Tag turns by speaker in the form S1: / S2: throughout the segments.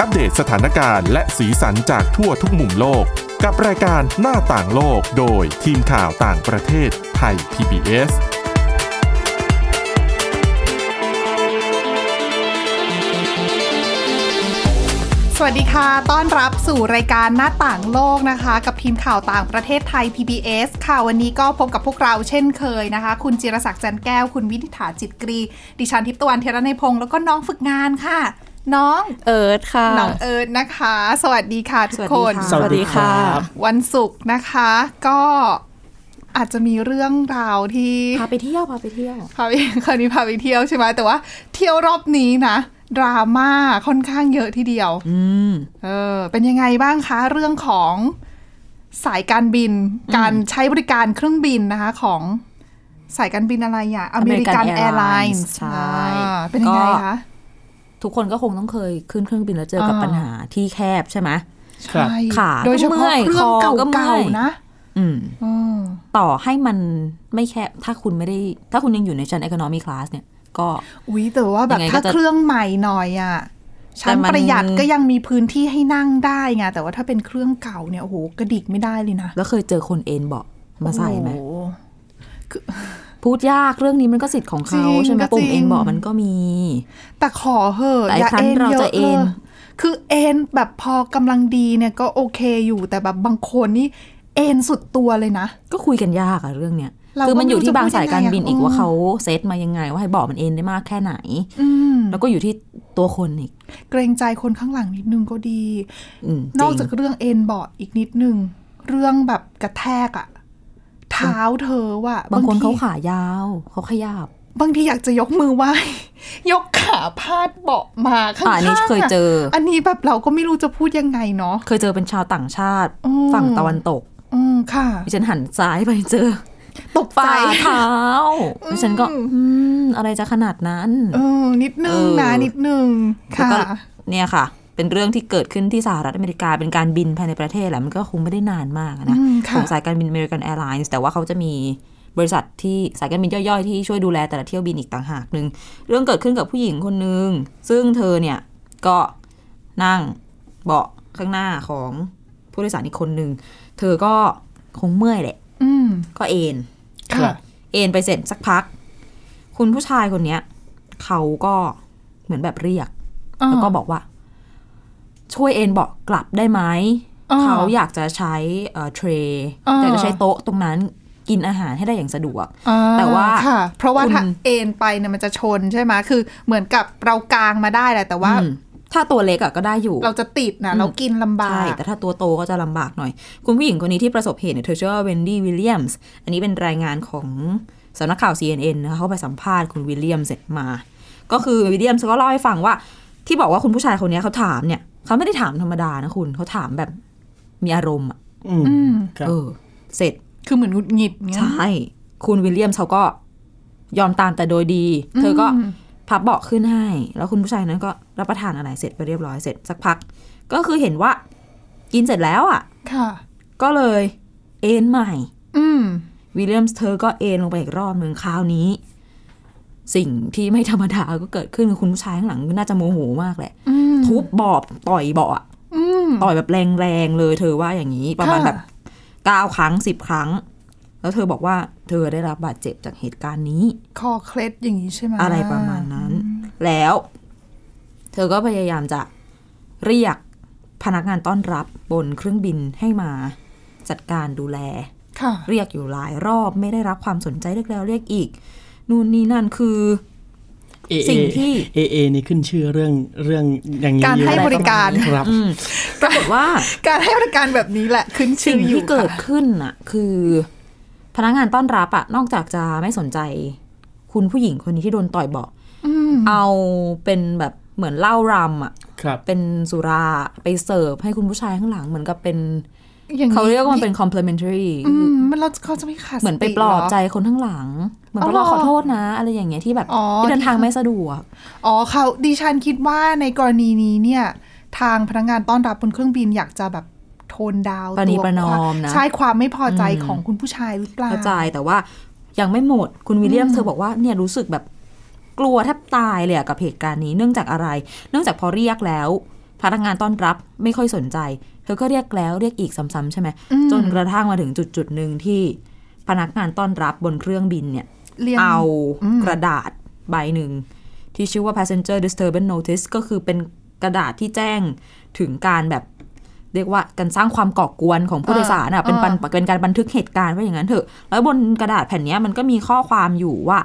S1: อัปเดตสถานการณ์และสีสันจากทั่วทุกมุมโลก กับรายการหน้าต่างโลกโดยทีมข่าวต่างประเทศไทย PBS
S2: สวัสดีค่ะ ต้อนรับสู่รายการหน้าต่างโลกนะคะ กับทีมข่าวต่างประเทศไทย PBS ค่ะ วันนี้ก็พบกับพวกเราเช่นเคยนะคะ คุณจิรศักดิ์จันแก้ว คุณวินิษฐาจิตกรี ดิฉันทิพย์ตะวันเทระในยพงศ์แล้วก็น้องฝึกงานค่ะ น้อง
S3: เอิร์ธค่ะ
S2: น้องเอิร์ดนะคะ สวัสดีค่ะทุกคน
S3: สวัสดีค่ะ
S2: วันศุกร์นะคะก็อาจจะมีเรื่องราวที่
S3: พาไปเที่ยว พาไปเที่ยว
S2: พาไป คราวนี้พาไปเที่ยวใช่ไหมแต่ว่าเที่ยวรอบนี้นะ ดราม่าค่อนข้างเยอะทีเดียวเออ เป็นยังไงบ้างคะเรื่องของสายการบิน การใช้บริการเครื่องบินนะคะ ของสายการบินอะไรอ่ะ
S3: American
S2: American Airlines
S3: Airlines ใช่
S2: อ่าเป็นยังไง
S3: ก็
S2: คะ
S3: ทุกคนก็คงต้องเคยขึ้นเครื่องบินแล้วเจอกับ
S2: อ่า
S3: ปัญหาที่แคบใช่ไหม
S4: ครับ
S2: ใช่
S3: ขา
S2: โดยเฉ
S3: ก็เมื่
S2: พาะ
S3: อย
S2: เครื่อง
S3: ค
S2: เก่
S3: อก็เมื่
S2: า
S3: อย
S2: ๆนะ
S3: อืม
S2: เออ
S3: ต่อให้มันไม่แคบ ถ้าคุณไม่ได้ ถ้าคุณยังอยู่ในชั้น economy class เนี่ย ก็
S2: อุ้ยแต่ว่าแบบ
S3: ยังไงก็
S2: ถ้า
S3: จะ
S2: เครื่องใหม่หน่อยอ่ะชั้น
S3: แต่มัน
S2: ประหยัดก็ยังมีพื้นที่ให้นั่งได้ไงแต่ว่าถ้าเป็นเครื่องเก่าเนี่ยโอ้โหกระดิกไม่ได้เลยนะ
S3: แล้วเคยเจอคนเอ็นเบาะมาใส่ไหม
S2: โอ้โ
S3: พูดยากเรื่องนี้มันก็สิทธิ์ของ
S2: จ
S3: เขา
S2: ริง
S3: ใช่ไหม
S2: ก็
S3: ปุ่
S2: จริง
S3: มเอ็นเบาะมันก็มี
S2: แต่ขอเหอะ
S3: หลาย
S2: อย่า
S3: ครั้ง
S2: เอ็น
S3: เรา
S2: เย
S3: จะ
S2: อะ
S3: เอ
S2: เล
S3: น
S2: ยคือเอ็นแบบพอกำลังดีเนี่ยก็โอเคอยู่แต่แบบบางคนนี่เอ็นสุดตัวเลยนะ
S3: ก็คุยกันยากอะเรื่องเนี้ย
S2: เราก็
S3: คือมันอยู่ที่บางสายการบิน
S2: ไม่รู้
S3: อี
S2: จะ
S3: ก
S2: พูดยังไงอะ
S3: ว่าเขาเซตมายังไง ว่าให้เบาะมันเอ็นได้มากแค่ไหน
S2: อืม
S3: แล้วก็อยู่ที่ตัวคนอีก
S2: เกรงใจคนข้างหลังนิดนึงก็ดี
S3: อืม
S2: นอก
S3: จริง
S2: จากเรื่องเอ็นเบาะอีกนิดนึง เรื่องแบบกระแทกอะเท้าเธอว่ะ
S3: บางคน
S2: ที
S3: เขาขายาวเขาขยับ
S2: บางทีอยากจะยกมือไหว้ ยกขาพาดเบาะมาข้าง
S3: อ่า
S2: ๆ
S3: อันนี้เคยเจออั
S2: นนี้แบบเราก็ไม่รู้จะพูดยังไงเนาะ
S3: เคยเจอเป็นชาวต่างชาติ
S2: อืม
S3: ฝั่งตะวันตก
S2: อืมค่ะ
S3: ดิฉันหันซ้ายไปเจอ
S2: ตก ใจ
S3: ฝ่าเท้าดิฉันก็
S2: อืม
S3: อืมอะไรจะขนาดนั้น
S2: เออ นิดนึง
S3: เออ
S2: นะ นิดนึง
S3: แล้ว
S2: ค่ะ
S3: ก็เนี่ยค่ะ เป็นเรื่องที่เกิดขึ้นที่สหรัฐอเมริกาเป็นการบินภายในประเทศแหละมันก็คงไม่ได้นานมากนะ
S2: อืมค่ะ
S3: ของสายการบิน American Airlines แต่ว่าเขาจะมีบริษัทที่สายการบินย่อยๆ ที่ช่วยดูแลแต่ละเที่ยวบินอีกต่างหากหนึ่งเรื่องเกิดขึ้นกับผู้หญิงคนหนึ่งซึ่งเธอเนี่ยก็นั่งเบาะข้างหน้าของผู้โดยสารอีกคนหนึ่งเธอก็คงเมื่อยแหละ
S2: อืม
S3: ก็เอน
S4: ครั
S2: ค่ะ
S4: บ
S3: เอนไปเสร็จสักพัก คุณผู้ชายคนเนี้ยเขาก็เหมือนแบบเรียก
S2: อ่า
S3: แล้วก็บอกว่า ช่วยเอนเบาะกลับได้ไหม
S2: อ่า
S3: เขาอยากจะใช้เทรย์
S2: อ่า
S3: อยากจะใช้โต๊ะตรงนั้นกินอาหารให้ได้อย่างสะดวก
S2: อ่
S3: แต่ว่า
S2: ค่ะ เพราะว่า
S3: คุณ
S2: ถ้าเอ็นไปเนี่ยมันจะชนใช่ไหมคือเหมือนกับเรากางมาได้แหละแต่ว่า
S3: อืมถ้าตัวเล็กอะก็ได้อยู่
S2: เราจะติดนะ
S3: อืม
S2: เรากินลำบา
S3: ใช่
S2: ก
S3: แต่ถ้าตัวโตก็จะลำบากหน่อย คุณผู้หญิงคนนี้ที่ประสบเหตุเนี่ยเธอชื่อว่าเวนดี้วิลเลียมส์ อันนี้เป็นรายงานของสำนักข่าว CNN นะคะเขาไปสัมภาษณ์คุณวิลเลียมส์เสร็จมา ก็คือวิลเลียมส์ก็เล่าให้ฟังว่า ที่บอกว่าคุณผู้ชายคนเนี้ยเขาถามเนี่ยเขาไม่ได้ถามธรรมดานะคุณเขาถามแบบมีอารมณ์อะ
S4: อืม
S2: อืม
S4: ครับ
S3: เออ เสร็จ
S2: คือเหมือนหงุดหงิดเงี้ย
S3: ใช่ คุณวิลเลียมส์เขาก็ยอมตามแต่โดยดี เธอก็
S2: ม
S3: พับเบาะขึ้นให้ แล้วคุณผู้ชายนั้นก็รับประทานอะไรเสร็จไปเรียบร้อยเสร็จสักพัก ก็คือเห็นว่ากินเสร็จแล้วอ่ะ
S2: ค่ะ
S3: ก็เลยเอนใหม่
S2: อืม
S3: วิลเลียมส์เธอก็เอนลงไปอีกรอบหนึ่งคราวนี้ สิ่งที่ไม่ธรรมดาก็เกิดขึ้นคือคุณผู้ชายข้างหลังน่าจะโมโหมากแหละ
S2: อืม
S3: ทุบบอบต่อยเบาะอะ
S2: อืม
S3: ต่อยแบบแรงๆเลยเธอว่าอย่างนี้ ประมาณ
S2: ค่ะ
S3: แบบเก้าครั้งสิบครั้ง แล้วเธอบอกว่าเธอได้รับบาดเจ็บจากเหตุการณ์นี้
S2: คอเคล็ดอย่างนี้ใช่ไหม
S3: อะไรประมาณนั้น แล้ว เธอก็พยายามจะเรียกพนักงานต้อนรับบนเครื่องบินให้มาจัดการดูแล
S2: ค่ะ
S3: เรียกอยู่หลายรอบไม่ได้รับความสนใจเรียกแล้วเรียกอีก นู่นนี่นั่นคือ
S4: AA
S3: สิ่งที่
S4: AA นี่ขึ้นชื่อเรื่องเรื่องอย่างนี้
S2: การ
S4: อยู่
S2: ให้บริการ
S4: ครับ
S3: อืมปรากฏ ว่า
S2: การให้บริการแบบนี้แหละขึ้นชื่
S3: สิ่
S2: อง อยู่
S3: ที่เกิด
S2: ค่ะ
S3: ขึ้นน่ะ คือ พนักงานต้อนรับอะนอกจากจะไม่สนใจ คุณผู้หญิงคนนี้ที่โดนต่อยเบอก
S2: อืม
S3: เอาเป็นแบบเหมือนเหล้ารำอะ
S4: ครับ
S3: เป็นสุราไปเสิร์ฟให้คุณผู้ชายข้างหลัง เหมือนกับเป็น
S2: อย่งนี้
S3: เขาเรียกว่ามันเป็น complementary
S2: อืมมันเราเขาจะไม่ขาด
S3: เหมือนไป
S2: สติ
S3: ปลอบ
S2: ร
S3: ใจคนข้างหลัง เหมือน
S2: อ๋อ
S3: ว่าเราขอโทษนะ อะไรอย่างเงี้ยที่แบบ
S2: อ๋อ
S3: ที่เดินทางไม่สะดวก
S2: อ๋อเขาดิฉันคิดว่าในกรณีนี้เนี่ย ทางพนักงานต้อนรับบนเครื่องบินอยากจะแบบโทนดาวน์
S3: ประนี
S2: ตัว
S3: ประนอมนะ
S2: ใช่ความไม่พอใจของคุณผู้ชายหรือเปล่า
S3: เข้าใจแต่ว่ายังไม่หมดคุณวิลเลียมเธอบอกว่าเนี่ยรู้สึกแบบกลัวแทบตายเลยอะกับเหตุการณ์นี้เนื่องจากอะไร เนื่องจากพอเรียกแล้ว พนักงานต้อนรับไม่ค่อยสนใจ เธอก็เรียกแล้วเรียกอีกซ้ำๆใช่ไหมจนกระทั่งมาถึงจุดจุดๆหนึ่งที่พนักงานต้อนรับบนเครื่องบินเนี่ย
S2: เรียง
S3: เอา
S2: อืม
S3: กระดาษใบหนึ่ง ที่ชื่อว่า passenger disturbance notice ก็คือเป็นกระดาษที่แจ้งถึงการแบบ เรียกว่าการสร้างความก่อกวนของผู้โดยสารอ่ะเป็นบันเป็นการบันทึกเหตุการณ์ไว้อย่างนั้นเถอะ แล้วบนกระดาษแผ่นเนี้ยมันก็มีข้อความอยู่ว่า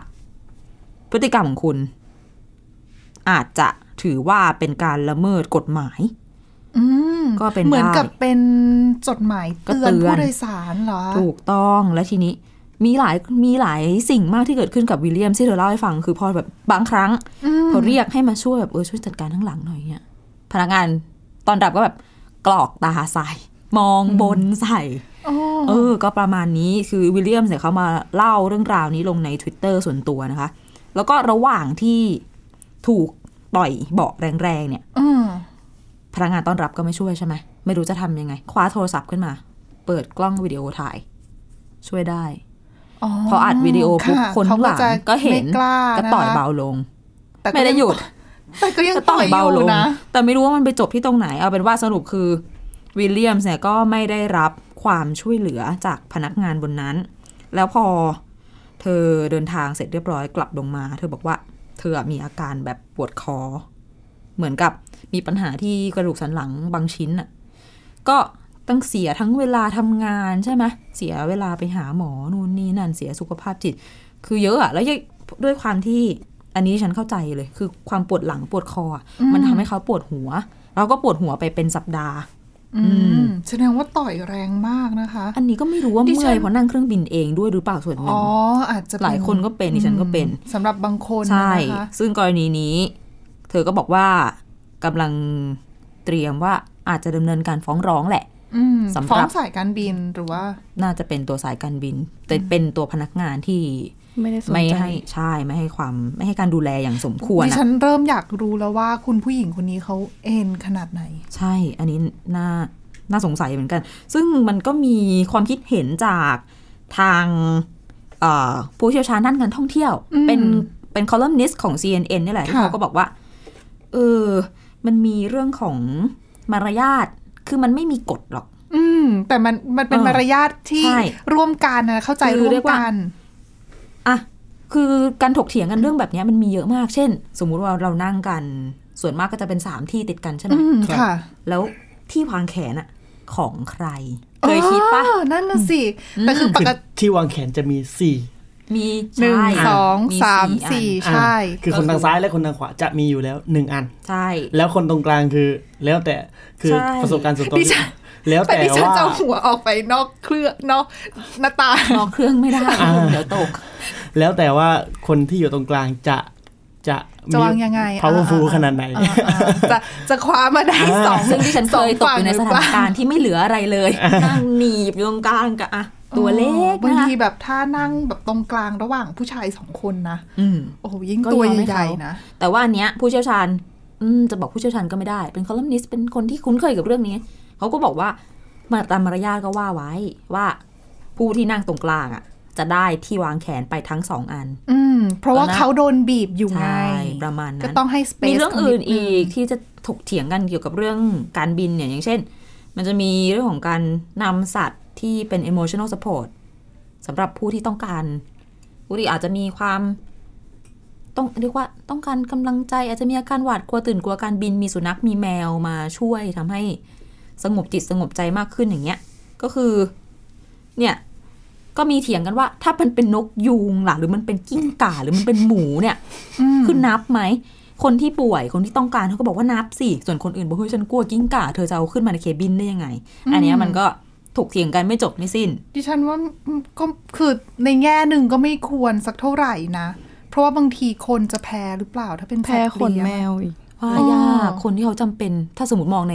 S3: พฤติกรรมของคุณ อาจจะถือว่าเป็นการละเมิดกฎหมาย
S2: อืม
S3: ก็เป็น
S2: เหมือน
S3: ได้
S2: กับเป็นจดหมาย
S3: ก็
S2: เตื
S3: เตื
S2: อ
S3: อน
S2: ผู้
S3: น
S2: โดยสารเหรอ
S3: ถูกต้องและทีนี้มีหลายมีหลายสิ่งมากที่เกิดขึ้นกับวิลเลียมที่เธอเล่าให้ฟังคือพอแบบบางครั้ง
S2: อืม
S3: เขาเรียกให้มาช่วยแบบเออช่วยจัดการทั้างหลังหน่อยเนี่ยพนักงานตอนรับก็แบบกรอกตาใส่ มองบนใส่
S2: อ๋อ
S3: เออ ก็ประมาณนี้คือวิลเลียมเนี่ยเขามาเล่าเรื่องราวนี้ลงใน Twitter ส่วนตัวนะคะ แล้วก็ระหว่างที่ถูกต่อยเบาะแรงๆเนี่ย
S2: อืม
S3: พนักงานต้อนรับก็ไม่ช่วยใช่ไหมไม่รู้จะทำยังไง คว้าโทรศัพท์ขึ้นมา เปิดกล้องวิดีโอถ่าย ช่วยได้ พออัดวิดีโอปุ๊บ
S2: ะ
S3: คนข้างหลัง
S2: ขาจะ
S3: ก็เห็น
S2: ไม่กล้า
S3: ก็ต่อยเบาลง
S2: แต่ก็
S3: ไม่ได้หยุด
S2: แต่ก็ยัง
S3: ก็
S2: ต่
S3: ต่
S2: อ
S3: อย ย
S2: เบา
S3: เบา
S2: ล
S3: ล
S2: ง
S3: ง
S2: นะ
S3: แต่ไม่รู้ว่ามันไปจบที่ตรงไหน เอาเป็นว่าสรุปคือวิลเลียมส์เนี่ยก็ไม่ได้รับความช่วยเหลือจากพนักงานบนนั้น แล้วพอเธอเดินทางเสร็จเรียบร้อยกลับลงมา เธอบอกว่าเธอมีอาการแบบปวดคอ เหมือนกับมีปัญหาที่กระดูกสันหลังบางชิ้นน่ะ ก็ต้องเสียทั้งเวลาทำงานใช่ไหมเสียเวลาไปหาหมอนู่นนี่นั่นเสียสุขภาพจิต คือเยอะอะแล้วยังด้วยความที่อันนี้ฉันเข้าใจเลย คือความปวดหลังปวดคออะมันทำให้เขาปวดหัว เราก็ปวดหัวไปเป็นสัปดาห์
S2: อืมแสดงว่าต่อยแรงมากนะคะ
S3: อันนี้ก็ไม่รู้ว่า
S2: ดิ
S3: เมื่
S2: ฉั
S3: อน ยเพราะนั่งเครื่องบินเองด้วยหรือเปล่าส่วนหนึ่
S2: อ๋
S3: ง
S2: ออาจจะเป็
S3: หลายคนก็เป็นดิฉันก็เป็น
S2: สำหรับบางคน
S3: ใช่
S2: นะคะ
S3: ซึ่งกรณีนี้ เธอก็บอกว่ากำลังเตรียมว่าอาจจะดำเนินการฟ้องร้องแหละ
S2: อืม
S3: สำหรับ
S2: ฟ้องสายการบินหรือว่า
S3: น่าจะเป็นตัวสายการบิน แต่เป็นตัวพนักงานที่
S5: ไม่ได้สน
S3: ไม่
S5: ใจ
S3: ให้ใช่ไม่ให้ความไม่ให้การดูแลอย่างสมควร
S2: ดิ
S3: อะ
S2: ฉันเริ่มอยากรู้แล้วว่าคุณผู้หญิงคนนี้เขาเอ็นขนาดไหน
S3: ใช่ อันนี้น่า น่าสงสัยเหมือนกัน ซึ่งมันก็มีความคิดเห็นจากทางเอ่อผู้เชี่ยวชาญด้านการท่องเที่ยว
S2: อืม
S3: เป็นเป็นคอลัมนิสต์ของ CNN นี่แหละที่
S2: ค่ะ
S3: เขาก็บอกว่า เออ มันมีเรื่องของมารยาท คือมันไม่มีกฎหรอก
S2: อืม แต่มันมันเป็น
S3: เออ
S2: มารยาทที่
S3: ใช่
S2: ร่วมกันนะเข้าใจ
S3: คือ
S2: ร่ว
S3: เรี
S2: ม
S3: ยกว่า
S2: กัน
S3: อ่ะ คือการถกเถียงกันเรื่องแบบเนี้ยมันมีเยอะมาก เช่น สมมุติว่าเรานั่งกัน ส่วนมากก็จะเป็นสามที่ติดกันใช่ไหม
S2: อืม
S4: ครับ
S2: ค่ะ
S3: แล้วที่วางแขนอะของใคร เคยคิดปะ
S2: อ๋อนั่นน่ะสิแต่คือป
S4: คือก
S2: ติ
S4: ที่วางแขนจะมีสี่
S3: มี
S2: หนึ่ง
S3: ใช่
S2: สอง
S3: มี
S2: สาม
S3: อัน
S2: สี่
S4: อัน
S2: ใช่
S4: คือคนทางซ้ายและคนทางขวาจะมีอยู่แล้วหนึ่งอัน
S3: ใช่
S4: แล้วคนตรงกลางคือ แล้วแต่คือ
S3: ใช่
S4: ประสบการณ์ส่วนตัว
S2: ดิฉัน
S4: แล้ว
S2: แต่
S4: แต่
S2: ดิฉัน
S4: ว่า
S2: จะเอาหัวออกไปนอกเครื่องนอกหน้าตาง
S3: นอกเครื่องไม่ได้
S4: อ่า
S3: เดี๋ยวตก
S4: แล้วแต่ว่าคนที่อยู่ตรงกลางจะจะมี
S2: จะวางยังไง
S4: powerful
S2: อ่า
S4: ขนาดไหน
S2: อ่าอ่าจะจะคว้ามาได้สอง
S3: ซึ่งดิฉันเคยตกอยู่ในสถาน
S2: รณ์
S3: การณ์ที่ไม่เหลืออะไรเลยนั่งหนีบอยู่ตรงกลางกับอะตัวเล็ก
S2: บาง
S3: นะ
S2: ทีแบบถ้านั่งแบบตรงกลางระหว่างผู้ชายสองคนนะ
S3: อืม
S2: โอ้โหยิ่ง
S3: ก็
S2: ตัวย
S3: อมให้
S2: ใหญ่
S3: เขา
S2: ๆนะ
S3: แต่ว่าอันเนี้ยผู้เชี่ยวชาญ อืม จะบอกผู้เชี่ยวชาญก็ไม่ได้ เป็นคอลัมนิสต์เป็นคนที่คุ้นเคยกับเรื่องนี้ เขาก็บอกว่ามาตามมารยาทก็ว่าไว้ว่าผู้ที่นั่งตรงกลางอ่ะ จะได้ที่วางแขนไปทั้งสองอัน
S2: อืม เพราะว่า
S3: ตอนนั้น
S2: เขาโดนบีบอยู่ไง
S3: ใช่ประมาณนั้น
S2: ก็ต้องให้สเปซ
S3: มีเรื่องอื่นอีกที่จะถกเถียงกันเกี่ยวกับเรื่องการบินเนี่ยอย่างเช่น มันจะมีเรื่องของการนำสัตว์ที่เป็น emotional support สำหรับผู้ที่ต้องการผู้ที่อาจจะมีความต้องเรียกว่าต้องการกำลังใจ อาจจะมีอาการหวาดกลัวตื่นกลัวการบินมีสุนัขมีแมวมาช่วยทำให้สงบจิตสงบใจมากขึ้นอย่างเงี้ย ก็คือ เนี่ย ก็มีเถียงกันว่า ถ้ามันเป็นนกยูงล่ะหรือมันเป็นกิ้งก่าหรือมันเป็นหมูเนี่ย
S2: ขึ้
S3: คือนับไหม คนที่ป่วยคนที่ต้องการเขาก็บอกว่านับสิ ส่วนคนอื่นบอกเฮ้ยฉันกลัวกิ้งก่า เธอจะเอาขึ้นมาในเคบินได้ยังไง อันเนี้ยมันก็ถกเถียงกันไม่จบไม่สิ้น
S2: ดิฉันว่าก็คือในแง่หนึ่งก็ไม่ควรสักเท่าไหร่นะ เพราะว่าบางทีคนจะแพ้หรือเปล่าถ้าเป็น
S5: แพ้
S2: สัตว์
S5: ขน
S2: เลี้ยง
S5: แมวอีก
S3: ว่า
S2: อ๋อย
S3: ากคนที่เขาจำเป็น ถ้าสมมติมองใน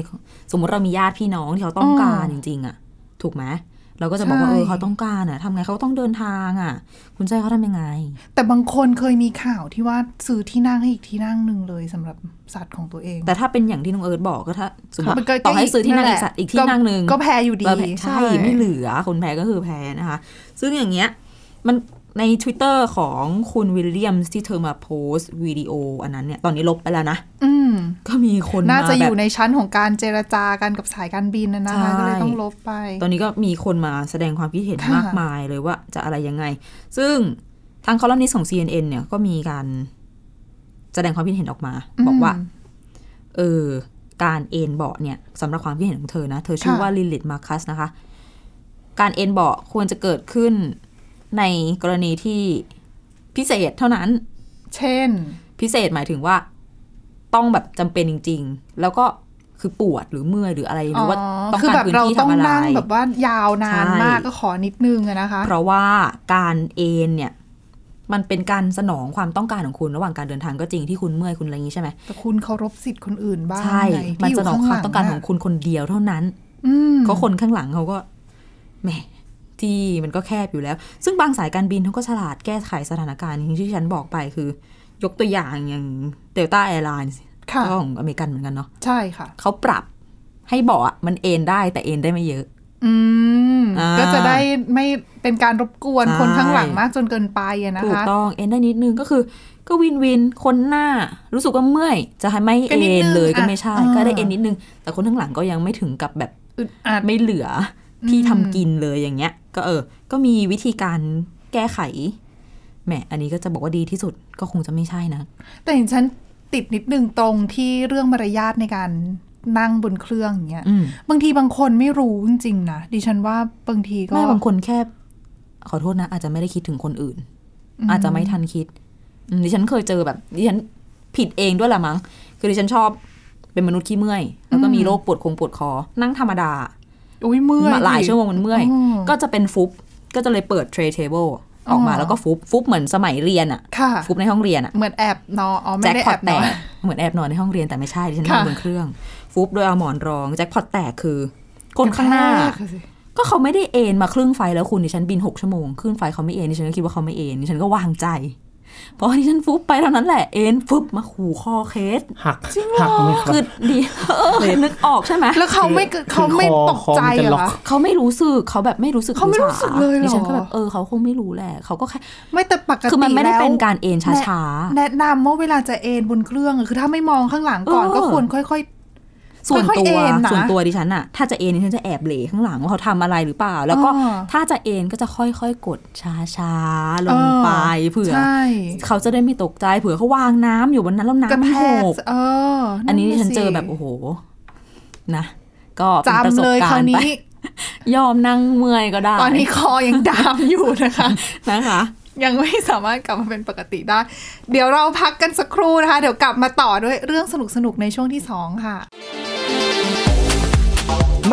S3: สมมติเรามีญาติพี่น้องที่เขาต้องการ
S2: อ๋อ
S3: จริง ๆอะถูกไหมเราก็จะบอกว่า
S2: ใช่
S3: เออเขาต้องการอะทำไงเขาต้องเดินทางอะคุณใจะให้เขาทำยังไง
S2: แต่บางคนเคยมีข่าวที่ว่าซื้อที่นั่งให้อีกที่นั่งหนึ่งเลยสำหรับสัตว์ของตัวเอง
S3: แต่ถ้าเป็นอย่างที่น้องเอิร์ธบอกก็ถ้าสมมติ
S2: มันก็
S3: ต่อให้ซื้อที่นั่งอีกสัตว์อีกที่นั่งหนึ่ง
S2: ก็แพ้อยู่ดี
S3: เราแพ้ใช่ไม่เหลือคนแพ้ก็คือแพ้นะคะ ซึ่งอย่างเงี้ย มัน ใน Twitter ของคุณวิลเลียมที่เธอมาโพสต์วิดีโออันนั้นเนี่ย ตอนนี้ลบไปแล้วนะ
S2: อืม
S3: ก็มีคน
S2: น่าจะอ
S3: มแบบ
S2: ยู่ในชั้นของการเจรจากันกับสายการบินนะนะคะ
S3: ใช่
S2: ก็เลยต้องลบไป
S3: ตอนนี้ก็มีคนมาแสดงความคิดเห็น
S2: ค่ะ
S3: มากมายเลยว่าจะอะไรยังไง ซึ่งทางคอลัมนิสต์ของ CNN เนี่ยก็มีการแสดงความคิดเห็นออกมา บอกว่า
S2: ม
S3: เออ การเอนเบาะเนี่ยสำหรับความคิดเห็นของเธอนะ เธอชื่อ
S2: ค่ะ
S3: ว่าลิลิตมาคัสนะคะ การเอนเบาะควรจะเกิดขึ้นในกรณีที่พิเศษเท่านั้น
S2: เช่น
S3: พิเศษหมายถึงว่าต้องแบบจำเป็นจริง ๆ แล้วก็คือปวดหรือเมื่อยหรืออะไร
S2: อ๋
S3: นะ
S2: อ
S3: ว่าต้อง
S2: คือ
S3: การ
S2: แบบ
S3: พื้น
S2: เรา
S3: ที่
S2: ต้อง
S3: ทำอะไร
S2: นั่งแบบว่ายาวนาน
S3: ใช่
S2: มากก็ขอนิดนึงอะนะคะ
S3: เพราะว่าการเอนเนี่ย มันเป็นการสนองความต้องการของคุณระหว่างการเดินทางก็จริงที่คุณเมื่อยคุณอะไรอย่างนี้ใช่ไหม
S2: แต่คุณเคารพสิทธิ์คนอื่นบ้าง
S3: ใช่
S2: ไง
S3: มัน
S2: ที่ยู่
S3: สนองความต้องการของ
S2: หลัะ
S3: คุณคนเดียวเท่านั้น
S2: อืม
S3: เพราะคนข้างหลังเขาก็แหมที่มันก็แคบอยู่แล้ว ซึ่งบางสายการบินเขาก็ฉลาดแก้ไขสถานการณ์อย่างที่ฉันบอกไปคือ ยกตัวอย่างอย่างเดลต้าแอร์ไลน์
S2: ค่ะ
S3: ก็ของอเมริกันเหมือนกันเนาะ
S2: ใช่ค่ะ
S3: เขาปรับให้เบาะอะมันเอนได้แต่เอนได้ไม่เยอะ
S2: อืม
S3: อ่า
S2: ก็จะได้ไม่เป็นการรบกวน
S3: ใช่
S2: คนข้างหลังมากจนเกินไปอะนะ
S3: ถูก
S2: คะ
S3: ต้องเอนได้นิดนึงก็คือ ก็วินวินคนหน้ารู้สึกว่าเมื่อย จะให้ไม่
S2: ก็
S3: เอ
S2: นิดนึ
S3: น
S2: ง
S3: เลยก็
S2: อ่ะ
S3: ไม่ใช่
S2: อ่า
S3: ก็ได้เอนนิดนึง แต่คนข้างหลังก็ยังไม่ถึงกับแบบ
S2: อึดอัด
S3: ไม่เหลือที่
S2: อืม
S3: ทำกินเลยอย่างเงี้ย ก็เออ ก็มีวิธีการแก้ไขแหมอันนี้ก็จะบอกว่าดีที่สุดก็คงจะไม่ใช่นะ
S2: แต่อย่างฉันติดนิดนึงตรงที่เรื่องมารยาทในการนั่งบนเครื่องอย่างเงี้ย
S3: อืม
S2: บางทีบางคนไม่รู้จริงๆนะดิฉันว่าบางทีก็
S3: แม่บางคนแค่ ขอโทษนะ อาจจะไม่ได้คิดถึงคนอื่น อาจจะไม่ทันคิดอืมดิฉันเคยเจอแบบดิฉันผิดเองด้วยละมั้งคือดิฉันชอบเป็นมนุษย์ขี้เมื่อย แล้วก็มีโรคปวดคงปวดคอ นั่งธรรมดา
S2: อุ้ยเมื่อย
S3: หลาย
S2: สิ
S3: ชั่วโมงมันเมื่อย
S2: อืม
S3: ก็จะเป็นฟุบ ก็จะเลยเปิดเทร y t เทเบิลออกมา
S2: อ๋อ
S3: แล้วก็ฟุบ ฟุบเหมือนสมัยเรียนอะ
S2: ค่ะ
S3: ฟุบในห้องเรียนอะ
S2: เหมือนแอบนอนอ๋อไม่
S3: แจ็ค
S2: ได้แอ
S3: พอต
S2: บ
S3: แต
S2: นอก น
S3: เหมือนแอบนอนในห้องเรียนแต่ไม่ใช่ดิฉันน
S2: ค่ะ
S3: อนบนเครื่อง ฟุบโดยเอาหมอนรอง แจ็คพอตแตกคือ คนข้างหน้า
S2: กระแทกอะสิ
S3: ก็เขาไม่ได้เอนมาครึ่งไฟแล้วคุณดิฉันบินหกชั่วโมงครึ่งไฟเขาไม่เอนดิฉันก็คิดว่าเขาไม่เอนดิฉันก็วางใจ เพราะว่าดิฉันฟุบไปเท่านั้นแหละเอนฟุบมาขู่คอเคส
S4: หักหักไหมครับ
S3: คือดีเออนึกออกใช่ไหม
S2: แล้วเขาไม่เกิด
S4: คือ
S2: เขาไม่
S4: คอ
S2: ตกใจ
S4: คอมันจะ
S2: เหร
S4: ล็
S2: อ
S4: อก
S2: คะ
S3: เขาไม่รู้สึกเขาแบบไม่รู้สึก
S2: เขาไม่รู้สึกเลยเหรอ
S3: ดิฉันก็แบบเออเขาคงไม่รู้แหละเขาก็แค่
S2: ไม่แต่ปกติ
S3: คือมันไม่ได้
S2: แล้ว
S3: เป็นการเอนช้า
S2: แนะนำว่าเวลาจะเอนบนเครื่องอะคือถ้าไม่มองข้างหลังก่อน
S3: เออ
S2: ก็ควรค่อย
S3: ๆ ส่วนตัว
S2: ค่อยๆเอนนะ
S3: ส่วนตัวดิฉันอะถ้าจะเอนดิฉันจะแอบเหลข้างหลังว่าเขาทำอะไรหรือเปล่า แล้วก็
S2: อ่า
S3: ถ้าจะเอนก็จะค่อยๆ กดช้าๆ ลงไป
S2: เออ
S3: เผื่อ
S2: ใช่
S3: เขาจะได้ไม่ตกใจเผื่อเขาวางน้ำอยู่บนนั้นแล้ว
S2: กระ
S3: น้ำ
S2: แท
S3: แห
S2: ก
S3: ก
S2: เออ
S3: อันนี้ดิฉันเจอแบบ
S2: สิ
S3: โอ้โห นะ ก็เป็นประ
S2: จำ
S3: สบ
S2: เลย
S3: กา
S2: คราร ว
S3: ณ์ไป
S2: นี้
S3: ยอมนั่งเมื่อยก็ได้
S2: ตอนนี้คอยังดามอยู่นะคะ
S3: นะคะ
S2: ยังไม่สามารถกลับมาเป็นปกติได้ เดี๋ยวเราพักกันสักครู่นะคะ เดี๋ยวกลับมาต่อด้วยเรื่องสนุกๆในช่วงที่สองค่ะ
S1: ห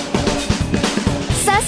S5: Search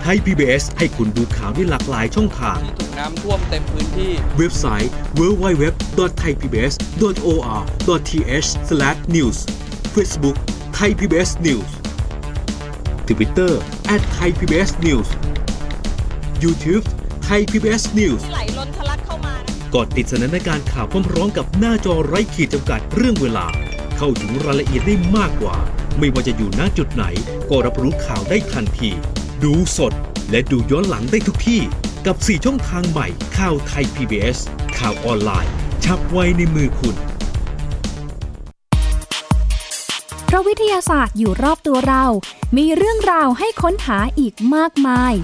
S6: ไทย PBS ให้คุณดูข่าวได้หลากหลายช่องทาง
S7: ที่ถูกน้ำท่วมเต็มพื้นที่
S6: เว็บไซต์ www.thaipbs.or.th/news Facebook Thai PBS News Twitter @thaipbsnews YouTube Thai PBS News ไหลล้นทะลักเข้ามาก่อนติดสนันในการข่าวพร้อมๆกับหน้าจอไร้ขีดจำกัดเรื่องเวลา เข้าถึงรายละเอียดได้มากกว่า ไม่ว่าจะอยู่ณจุดไหน ก็รับรู้ข่าวได้ทันที ดูสดและดูย้อนหลังได้ทุกที่ กับ 4 ช่องทางใหม่ ข่าวไทย PBS ข่าวออนไลน์ ชับไว้ในมือคุณ
S8: เพราะวิทยาศาสตร์อยู่รอบตัวเรา มีเรื่องราวให้ค้นหาอีกมากมาย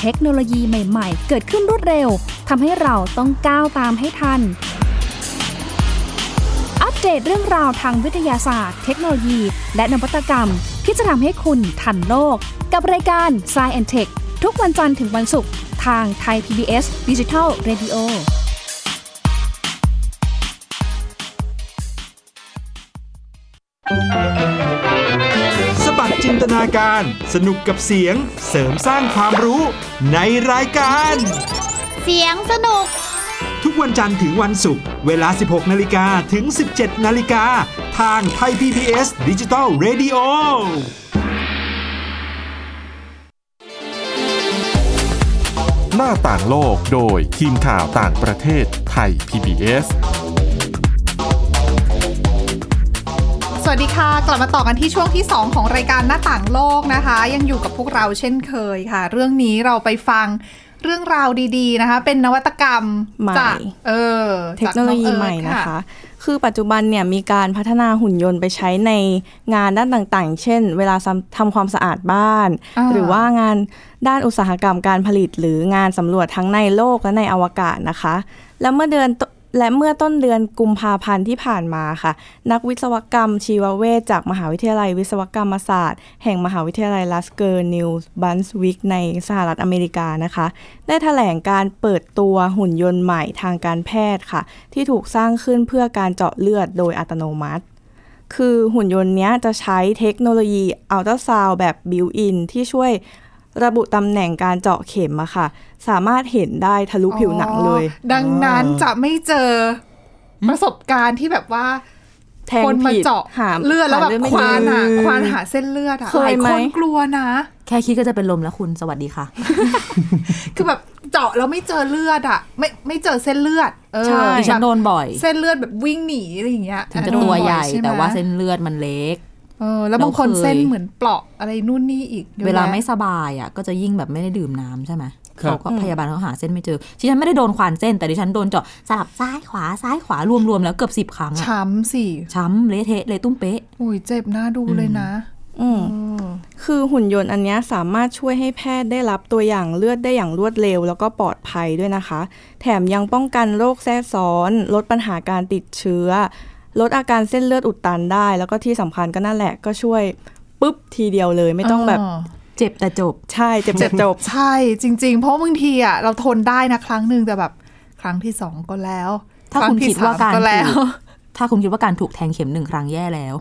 S8: เทคโนโลยีใหม่ ๆ เกิดขึ้นรวดเร็ว ทำให้เราต้องก้าวตามให้ทัน อัปเดตเรื่องราวทางวิทยาศาสตร์ เทคโนโลยี และนวัตกรรมที่จะทำให้คุณทันโลก กับรายการ s c i e n t e c h ทุกวันจันทร์ถึงวันศุกร์ทางไทย PBS Digital Radio
S9: สบัดจินตนาการ สนุกกับเสียง เสริมสร้างความรู้ในรายการ
S5: เสียงสนุก
S9: ทุกวันจันทร์ถึงวันศุกร์เวลา 16 นาฬิกาถึง 17 นาฬิกา ทางไทย PPS ดิจิตอล Radio
S1: หน้าต่างโลกโดยทีมข่าวต่างประเทศไทย PBS
S2: สวัสดีค่ะ กลับมาต่อกันที่ช่วงที่ 2 ของรายการหน้าต่างโลกนะคะ ยังอยู่กับพวกเราเช่นเคยค่ะ เรื่องนี้เราไปฟังเรื่องราวดีๆนะคะ เป็นนวัตกรรม
S10: ใหม่
S2: จากเออ
S10: เทคโนโลยี
S2: จากองเอิร์ธ
S10: ใหม่นะคะ คือปัจจุบันเนี่ยมีการพัฒนาหุ่นยนต์ไปใช้ในงานด้านต่างๆ เช่น เวลาทำทำความสะอาดบ้าน
S2: า
S10: หรือว่างานด้านอุตสาหกรรมการผลิต หรืองานสำรวจทั้งในโลกและในอวกาศนะคะ และเมื่อเดือนตและเมื่อต้นเดือนกุมภาพันธ์ที่ผ่านมาค่ะ นักวิศวกรรมชีวเวชจากมหาวิทยาลัยวิศวกรรมศาสตร์ แห่งมหาวิทยาลัยลัสเกอร์นิวส์บันสวิกในสหรัฐอเมริกานะคะ ได้แถลงการเปิดตัวหุ่นยนต์ใหม่ทางการแพทย์ค่ะ ที่ถูกสร้างขึ้นเพื่อการเจาะเลือดโดยอัตโนมัติ คือหุ่นยนต์เนี้ยจะใช้เทคโนโลยีอัลตราซาวแบบบิวอินที่ช่วยระบุตำแหน่งการเจาะเข็มอะค่ะ สามารถเห็นได้ทะลุผิวหนังเลย
S2: อ๋อดังนั้นจะไม่เจอประสบการณ์ที่แบบว่า
S10: แทง
S2: คนมา
S10: ผิด
S2: เจาะ
S10: หา
S2: เลือดแล้วแบบ
S10: หาเลือดไม่
S2: ควานอ่ะ
S10: เจอ
S2: ควานหาเส้นเลือดอ่ะ
S10: เค
S2: หลาย
S10: ยไหม
S2: คนกลัวนะ
S3: แค่คิดก็จะเป็นลมแล้วคุณสวัสดีค่ะ
S2: คือแบบเจาะแล้วไม่เจอเลือดอ่ะ ไม่ไม่เจอเส้นเลือด เออ
S10: ใช่
S3: ดิฉันโดนบ่อย
S2: เส้นเลือดแบบวิ่งหนีอะไรอย่างเงี้ย
S3: ถึง
S2: อั
S3: จะ
S2: นนี้
S3: ตัว
S2: บ่อย
S3: ใหญ่
S2: ช่ไม
S3: แต่ว่าเส้นเลือดมันเล็ก
S2: เออแล้วบางคน
S3: เราเคย
S2: เส้นเหมือนเปราะอะไรนู่นนี่อีกยอะ
S3: เวลาไม่
S2: แยะ
S3: สบายอ่ะก็จะยิ่งแบบไม่ได้ดื่มน้ำใช่ไหม
S4: ครับ
S3: เขาก็พยาบาลเขาหาเส้นไม่เจอดิฉันไม่ได้โดนควานเส้น แต่ดิฉันโดนเจาะสลับซ้ายขวาซ้ายขวารวมๆแล้วเกือบสิบครั้งอะ
S2: ช้ำสิ
S3: ช้ำเละเทะเลยตุ้มเป๊ะ
S2: อุ้ยเจ็บหน้าดูเลยนะ
S10: อืม
S2: เออ
S10: คือหุ่นยนต์อันเนี้ยสามารถช่วยให้แพทย์ได้รับตัวอย่างเลือดได้อย่างรวดเร็ว แล้วก็ปลอดภัยด้วยนะคะ แถมยังป้องกันโรคแทรกซ้อน ลดปัญหาการติดเชื้อ ลดอาการเส้นเลือดอุดตันได้ แล้วก็ที่สำคัญก็นั่นแหละก็ช่วยปุ๊บทีเดียวเลยไม่ต้องแบบ
S3: เจ็บแต่จบ
S10: ใช่เจ็บเจ็บจบ
S2: ใช่จริง ๆ เพราะบางทีอ่ะเราทนได้นะครั้งหนึ่งแต่แบบครั้งที่สองก็แล้ว
S3: ถ้าคุณคิดว่าการ
S2: ครั้งที่สมก็แล้ว
S3: ถูกถ้าคุณคิดว่าการถูกแทงเข็มหนึ่งครั้งแย่แล้ว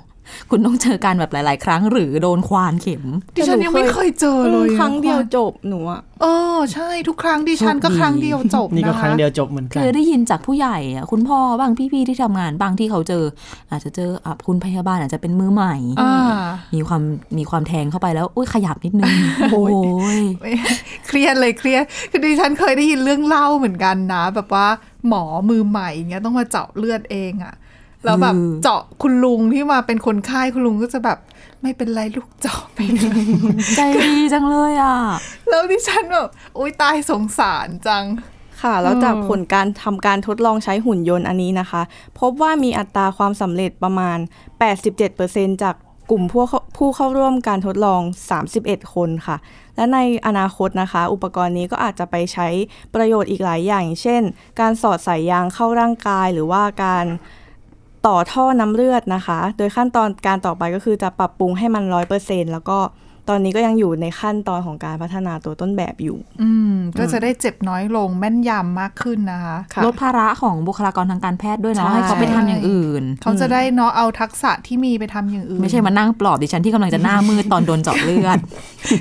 S3: คุณต้องเจอการแบบหลาย ๆ ครั้งหรือโดนควานเข็ม
S2: ดิฉันยังไม่เคยเจอเลยอะ
S10: ครั้งเดียวจบหนูอะ
S2: เออใช่ทุกครั้งดิฉันก็
S3: โชคดี
S2: ครั้งเดียวจบ
S4: นี่ก็
S2: ะะ
S4: ครั้งเดียวจบเหมือนกั
S3: คื
S4: น
S3: อได้ยินจากผู้ใหญ่อะคุณพ่อบ้างพี่ ๆ ที่ทำงานบางที่เขาเจอ อาจจะเจออะคุณพยาบาลอาจจะเป็นมือใหม่
S2: อ่า
S3: มีความมีความแทงเข้าไปแล้วอุ้ยขยับนิดนึง โอ้ย
S2: เครียดเลยเครียดคือดิฉันเคยได้ยินเรื่องเล่าเหมือนกันนะ แบบว่าหมอมือใหม่อย่างเงี้ยต้องมาเจาะเลือดเองอะแล้วแบบเจาะคุณลุงที่มาเป็นคนไข้คุณลุงก็จะแบบไม่เป็นไรลูกเจาะไปเลย
S3: ใจดีจังเลยอ่ะ
S2: แล้วดิฉันแบบโอ๊ยตายสงสารจัง
S10: ค่ะ แล้วจากผลการทำการทดลองใช้หุ่นยนต์อันนี้นะคะ พบว่ามีอัตราความสำเร็จประมาณ 87%จากกลุ่มผู้เข้าผู้เข้าร่วมการทดลอง 31 คนค่ะ และในอนาคตนะคะ อุปกรณ์นี้ก็อาจจะไปใช้ประโยชน์อีกหลายอย่างอย่างเช่น การสอดสายยางเข้าร่างกายหรือว่าการต่อท่อน้ำเลือดนะคะ โดยขั้นตอนการต่อไปก็คือจะปรับปรุงให้มัน 100%แล้วก็ตอนนี้ก็ยังอยู่ในขั้นตอนของการพัฒนาตัวต้นแบบอยู่
S2: อืม ก็จะได้เจ็บน้อยลงแม่นยำมากขึ้นนะคะ
S10: ค่ะ
S3: ลดภาระของบุคลากรทางการแพทย์ด้วยเนาะ
S10: ใช่
S3: ให้เขาไปทำอย่างอื่น
S2: เขาจะได้เนาะเอาทักษะที่มีไปทำอย่างอื่น
S3: ไม่ใช่มานั่งปลอบดิฉันที่กำลังจะหน้ามืดตอนโดนเจาะเลือด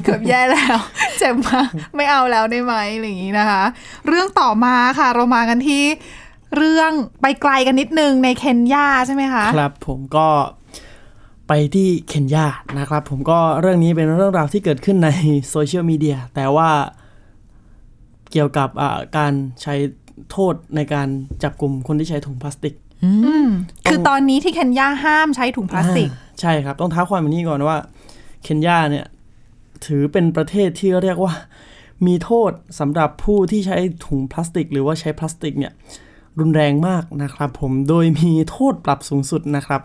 S2: เกือบแย่แล้ว เจ็บมากไม่เอาแล้วได้ไหมอะไรอย่างนี้นะคะ เรื่องต่อมาค่ะ เรามากันที่ เรื่องไปไกลกันนิดนึงในเคนยาใช่ไหมคะ
S4: ครับผมก็ไปที่เคนยานะครับผมก็เรื่องนี้เป็นเรื่องราวที่เกิดขึ้นในโซเชียลมีเดียแต่ว่าเกี่ยวกับอ่าการใช้โทษในการจับกลุ่มคนที่ใช้ถุงพลาสติก
S2: อืม คือตอนนี้ที่เคนยาห้ามใช้ถุงพลาสติก
S4: ใช่ครับ ต้องท้าความอย่างนี้ก่อนว่า เคนยาเนี่ย ถือเป็นประเทศที่เรียกว่า มีโทษสำหรับผู้ที่ใช้ถุงพลาสติก หรือว่าใช้พลาสติกเนี่ย รุนแรงมากนะครับผมโดยมีโทษปรับสูงสุดนะครับ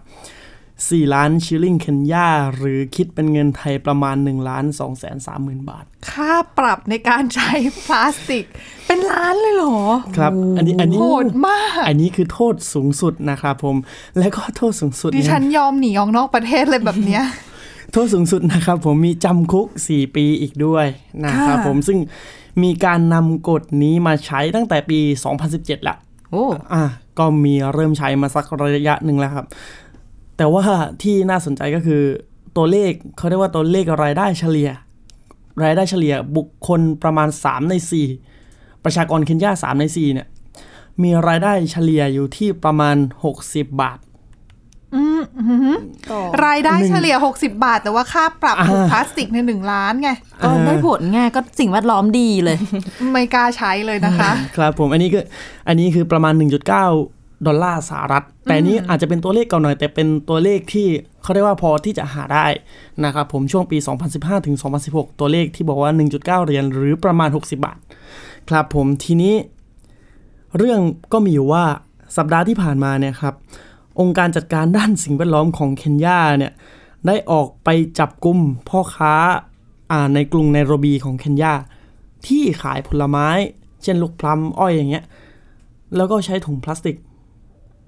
S4: 4 ล้านชิลลิงเคนยาหรือคิดเป็นเงินไทยประมาณ1ล้าน2แสน3หมื่นบาท
S2: ค่าปรับในการใช้พลาสติก เป็นล้านเลยเหรอ
S4: ครับ อันนี้อันนี้
S2: โหดมาก
S4: อันนี้คือโทษสูงสุดนะครับผมและก็โทษสูงสุด
S2: ดิ
S4: เย
S2: ฉันยอมหนีออกนอกประเทศเลยแบบเนี้ย
S4: โทษสูงสุดนะครับผมมีจำคุก 4 ปีอีกด้วยนะครับ
S3: ค่ะ
S4: ผมซึ่งมีการนำกฎนี้มาใช้ตั้งแต่ปี 2017 ละ
S3: โอ้
S4: อ่ะก็มีเริ่มใช้มาสักระยะหนึ่งแล้วครับ แต่ว่าที่น่าสนใจก็คือตัวเลขเขาเรียกว่าตัวเลขรายได้เฉลี่ย รายได้เฉลี่ยบุคคลประมาณ 3 ใน 4 ประชากรเคนยา3 ใน 4 เนี่ย มีรายได้เฉลี่ยอยู่ที่ประมาณ 60 บาท
S2: รายได้
S4: หนึ่ง
S2: เฉลี่ย 60 บาท แต่ว่าค่าปรับ
S4: อ่า
S2: ถุงพลาสติกในยหนึ่งล้านไง
S3: ก็ได้ผลไง่ายก็สิ่งแวดล้อมดีเลย
S2: ไม่กล้าใช้เลยนะคะ
S4: ครับผมอันนี้คืออันนี้คือประมาณ 1.9 ดอลลาร์สหรัฐ แต่อันนี้อาจจะเป็นตัวเลขเก่าหน่อย แต่เป็นตัวเลขที่เขาเรียกว่าพอที่จะหาได้นะครับผมช่วงปี 2015 ถึง 2016 ตัวเลขที่บอกว่า 1.9 เหรียญหรือประมาณ 60 บาท ครับผมทีนี้เรื่องก็มีอยู่ว่าสัปดาห์ที่ผ่านมาเนี่ยครับ องค์การจัดการด้านสิ่งแวดล้อมของเคนยาเนี่ย ได้ออกไปจับกลุ่มพ่อค้าอ่าในกรุงไนโรบีของเคนยา ที่ขายผลไม้ เช่นลูกพลัมอ้อยอย่างเงี้ย แล้วก็ใช้ถุงพลาสติก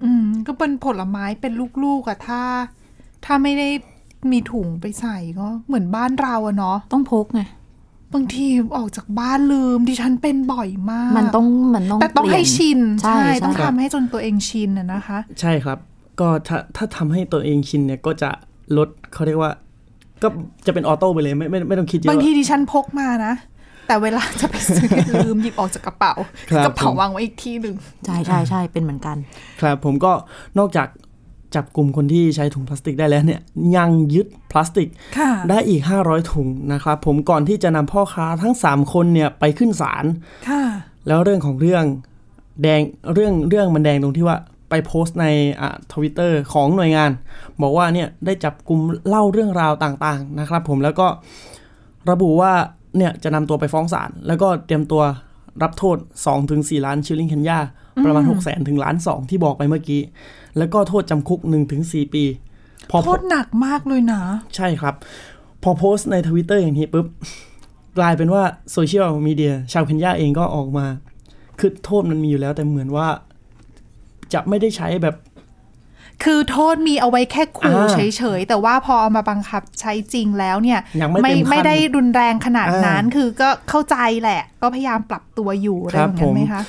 S2: อืม ก็เป็นผลไม้เป็นลูกๆอะถ้า ถ้าไม่ได้มีถุงไปใส่ก็เหมือนบ้านเราอะเนาะ
S3: ต้องพกไง
S2: บางทีออกจากบ้านลืมดิฉันเป็นบ่อยมาก
S3: มันต้องมันต้อง
S2: แต่ต้องให้
S3: เปลี่ย
S2: ชิน
S3: ใช่ใช่
S2: ต้อง
S4: ครับ
S2: ทำให้จนตัวเองชินอะนะคะ
S4: ใช่ครับ ก็ถ้าถ้าทำให้ตัวเองชินเนี่ยก็จะลดเขาเรียกว่า ก็จะเป็นออโต้ไปเลยไม่ไม่ไม่ต้องคิดเยอะ
S2: บางทีดิฉันพกมานะ แต่เวลาจะไปซื้อ ลืมหยิบออกจากกระเป๋า
S4: ครับ
S2: กระเป๋า
S4: ผม
S2: วางไว้อีกที่หนึ่ง
S3: ใช่ใช่ใช่เป็นเหมือนกัน
S4: ครับผมก็นอกจากจับกลุ่มคนที่ใช้ถุงพลาสติกได้แล้วเนี่ยยังยึดพลาสติก
S2: ค่ะ
S4: ได้อีก 500 ถุงนะครับผมก่อนที่จะนำพ่อค้าทั้ง 3 คนเนี่ยไปขึ้นศาล
S2: ค่ะ
S4: แล้วเรื่องของเรื่องแดงเรื่องเรื่องมันแดงตรงที่ว่าไปโพสต์ในอ่าทวิตเตอร์ของหน่วยงาน บอกว่าเนี่ยได้จับกลุ่มเล่าเรื่องราวต่างๆนะครับผมแล้วก็ระบุว่าเนี่ยจะนำตัวไปฟ้องศาลแล้วก็เตรียมตัวรับโทษ 2-4 ล้านชิลลิงเคนยาประมาณ 6 0 0 0 0ถึงล้าน2ที่บอกไปเมื่อกี้ แล้วก็โทษจำคุก 1-4 ปี พอ
S2: โทษหนักมากเลยนะ
S4: ใช่ครับ พอโพสต์ในทวิตเตอร์อย่างนี้ปุ๊บ กลายเป็นว่าโซเชียลมีเดียชาวเคนยาเองก็ออกมา คือโทษมันมีอยู่แล้วแต่เหมือนว่า จะไม่ได้ใช้แบบ
S2: คือโทษมีเอาไว้แค่ขู่
S4: อ่า
S2: เฉยๆ แต่ว่าพอเอามาบังคับใช้จริงแล้วเนี่ย
S4: ยังไม่เต็มขั้น
S2: ไม่ได้รุนแรงขนาดนั้น
S4: อ่า
S2: คือก็เข้าใจแหละ ก็พยายามปรับตัวอยู่อะไร
S4: ค
S2: อ
S4: รั
S2: ย่าง
S4: บ
S2: นั้นไหม
S4: ผม
S2: คะ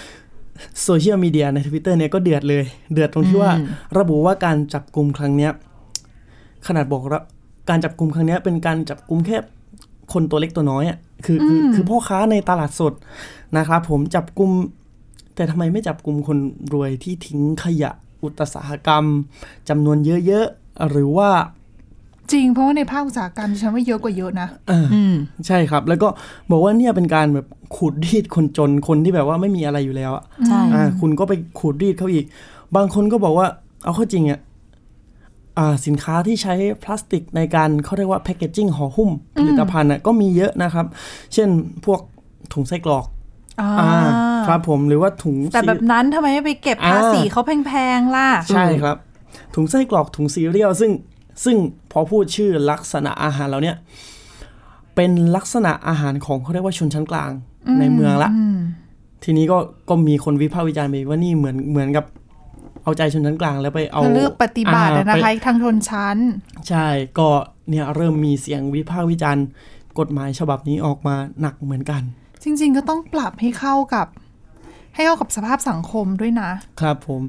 S4: โซเชียลมีเดียในทวิตเตอร์เนี่ยก็เดือดเลย เดือดตรงที่ว่า ระบุว่าการจับกลุ่มครั้งเนี้ย ขนาดบอกแล้วการจับกลุ่มครั้งเนี้ยเป็นการจับกลุ่มแค่คนตัวเล็กตัวน้อยอ่ะคืออคือคือพ่อค้าในตลาดสดนะครับผมจับกลุ่ม แต่ทำไมไม่จับกลุ่มคนรวยที่ทิ้งขยะอุตสาหกรรมจำนวนเยอะๆ หรือว่า
S2: จริงเพราะว่าในภาคอุตสาหกรรมดิฉันว่าเยอะกว่าเยอะนะ
S4: ใช่ครับ แล้วก็บอกว่าเนี่ยเป็นการแบบขูดรีดคนจนคนที่แบบว่าไม่มีอะไรอยู่แล้วอะ
S3: ใช่
S4: อ่าคุณก็ไปขูดรีดเขาอีก บางคนก็บอกว่า เอาเข้าจริงอะอ่าสินค้าที่ใช้พลาสติกในการเขาเรียกว่าแพคเกจิ้งห่อหุ้มผลิตภัณฑ์อะก็มีเยอะนะครับ เช่นพวกถุงไส้กรอก
S2: อ่า
S4: ครับผมหรือว่าถุง
S2: แต่แบบ
S4: ซี
S2: นั้นทำไมไม่ไปเก็บภาษี
S4: อ่า
S2: เขาแพงๆล่ะ
S4: ใช่ครับ ถุงไส้กรอกถุงซีเรียลซึ่งซึ่งพอพูดชื่อลักษณะอาหารแล้วเนี่ย เป็นลักษณะอาหารของเขาเรียกว่าชนชั้นกลางในเมืองละ ทีนี้ก็ก็มีคนวิพากษ์วิจารณ์ไปอีกว่านี่เหมือนเหมือนกับเอาใจชนชั้นกลางแล้วไปเอา
S2: เลือกปฏิบัติ
S4: อ่า
S2: นะ
S4: ไป
S2: คะทางชนชั้น
S4: ใช่ก็เนี่ยเริ่มมีเสียงวิพากษ์วิจารณ์กฎหมายฉบับนี้ออกมาหนักเหมือนกัน
S2: จริง ๆ ก็ต้องปรับให้เข้ากับ ให้เข้ากับสภาพสังคมด้วยนะ
S4: ครับผม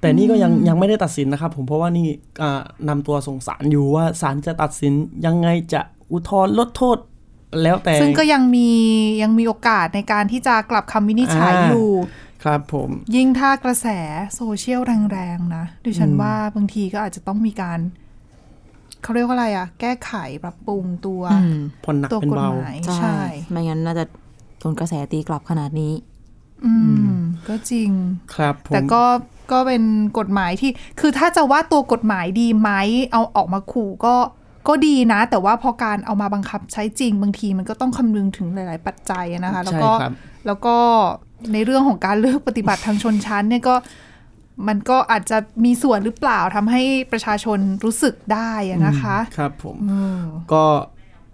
S4: แต่นี่ก็ยังยังไม่ได้ตัดสินนะครับ ผมเพราะว่านี่อ่านำตัวส่งศาลอยู่ว่าศาลจะตัดสินยังไงจะอุทธรณ์ลดโทษแล้วแต่
S2: ซึ่งก็ยังมียังมีโอกาสในการที่จะกลับคำวินิจฉัย
S4: อ่า
S2: อยู่
S4: ครับผม
S2: ยิ่งถ้ากระแสโซเชียลแรงๆ นะดิฉันว่าบางทีก็อาจจะต้องมีการ เขาเรียกว่าอะไรอะแก้ไขปรับปรุงตัว
S4: ผ่อนหนัก
S2: ตัว
S4: เป็น
S2: กฎ
S4: เบา
S2: หมาย
S3: ใช่
S2: ใช่
S3: ไม่งั้นน่าจะโดนกระแสตีกลับขนาดนี้
S2: อืม ก็จริง
S4: ครับผม
S2: แต่ก็ก็เป็นกฎหมายที่ คือถ้าจะว่าตัวกฎหมายดีไหมเอาออกมาขู่ก็ก็ดีนะ แต่ว่าพอการเอามาบังคับใช้จริง บางทีมันก็ต้องคำนึงถึงหลาย ๆ ปัจจัยนะคะ แล้วก็
S4: ใช่ครับ
S2: แล้วก็ในเรื่องของการเลือกปฏิบัติทางชนชั้นเนี่ยก็มันก็อาจจะมีส่วนหรือเปล่าทำให้ประชาชนรู้สึกได้อะนะคะ
S4: ครับผมก็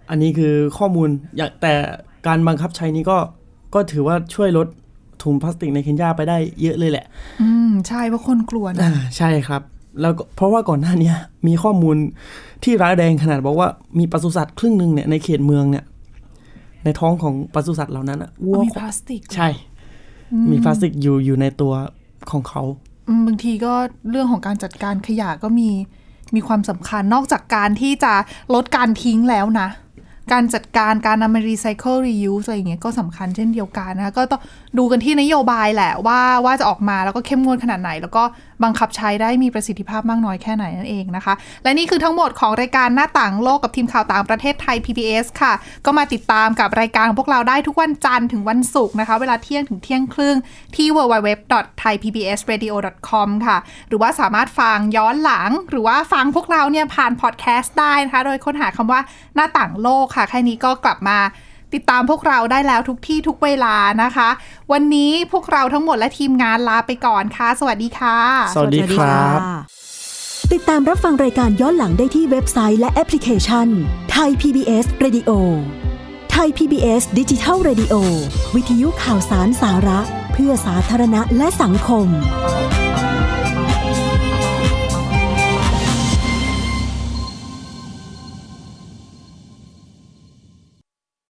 S4: อันนี้คือข้อมูลอย่างแต่การบังคับใช้นี้ก็ก็ถือว่าช่วยลดถุงพลาสติกในเคนยาไปได้เยอะเลยแหละ
S2: อืม ใช่เพราะคนกลัวนะ
S4: อ่าใช่ครับ แล้วก็เพราะว่าก่อนหน้าเนี้ยมีข้อมูลที่ร้ายแรงขนาดบอกว่ามีปศุสัตว์ครึ่งหนึ่งเนี่ยในเขตเมืองเนี่ย ในท้องของปศุสัตว์เหล่านั้นอะวัว
S2: มีพลาสติก
S4: ใช่ มีพลาสติกอยู่อยู่ในตัวของเขา
S2: อืมบางทีก็เรื่องของการจัดการขยะก็มีมีความสำคัญนอกจากการที่จะลดการทิ้งแล้วนะ การจัดการการนำมารีไซเคิลรียูสอะไรอย่างเงี้ยก็สำคัญเช่นเดียวกันนะคะก็ต้องดูกันที่นโยบายแหละว่าว่าจะออกมาแล้วก็เข้มงวดขนาดไหน แล้วก็บังคับใช้ได้มีประสิทธิภาพมากน้อยแค่ไหนนั่นเองนะคะ และนี่คือทั้งหมดของรายการหน้าต่างโลกกับทีมข่าวต่างประเทศไทย PBS ค่ะ ก็มาติดตามกับรายการของพวกเราได้ทุกวันจันทร์ถึงวันศุกร์นะคะ เวลาเที่ยงถึงเที่ยงครึ่งที่ www.thaipbsradio.com ค่ะ หรือว่าสามารถฟังย้อนหลัง หรือว่าฟังพวกเราเนี่ยผ่านพอดแคสต์ได้นะคะ โดยค้นหาคำว่าหน้าต่างโลกค่ะ แค่นี้ก็กลับมา ติดตามพวกเราได้แล้วทุกที่ทุกเวลานะคะ วันนี้พวกเราทั้งหมดและทีมงานลาไปก่อนค่ะ สวัสดีค่ะ
S4: สวัสดีครับ
S3: ะ
S11: ติดตามรับฟังรายการย้อนหลังได้ที่เว็บไซต์และแอปพลิเคชันไทย PBS Radio ไทย PBS ดิจิทัล Radio วิทยุข่าวสารสาระ เพื่อสาธารณะและสังคม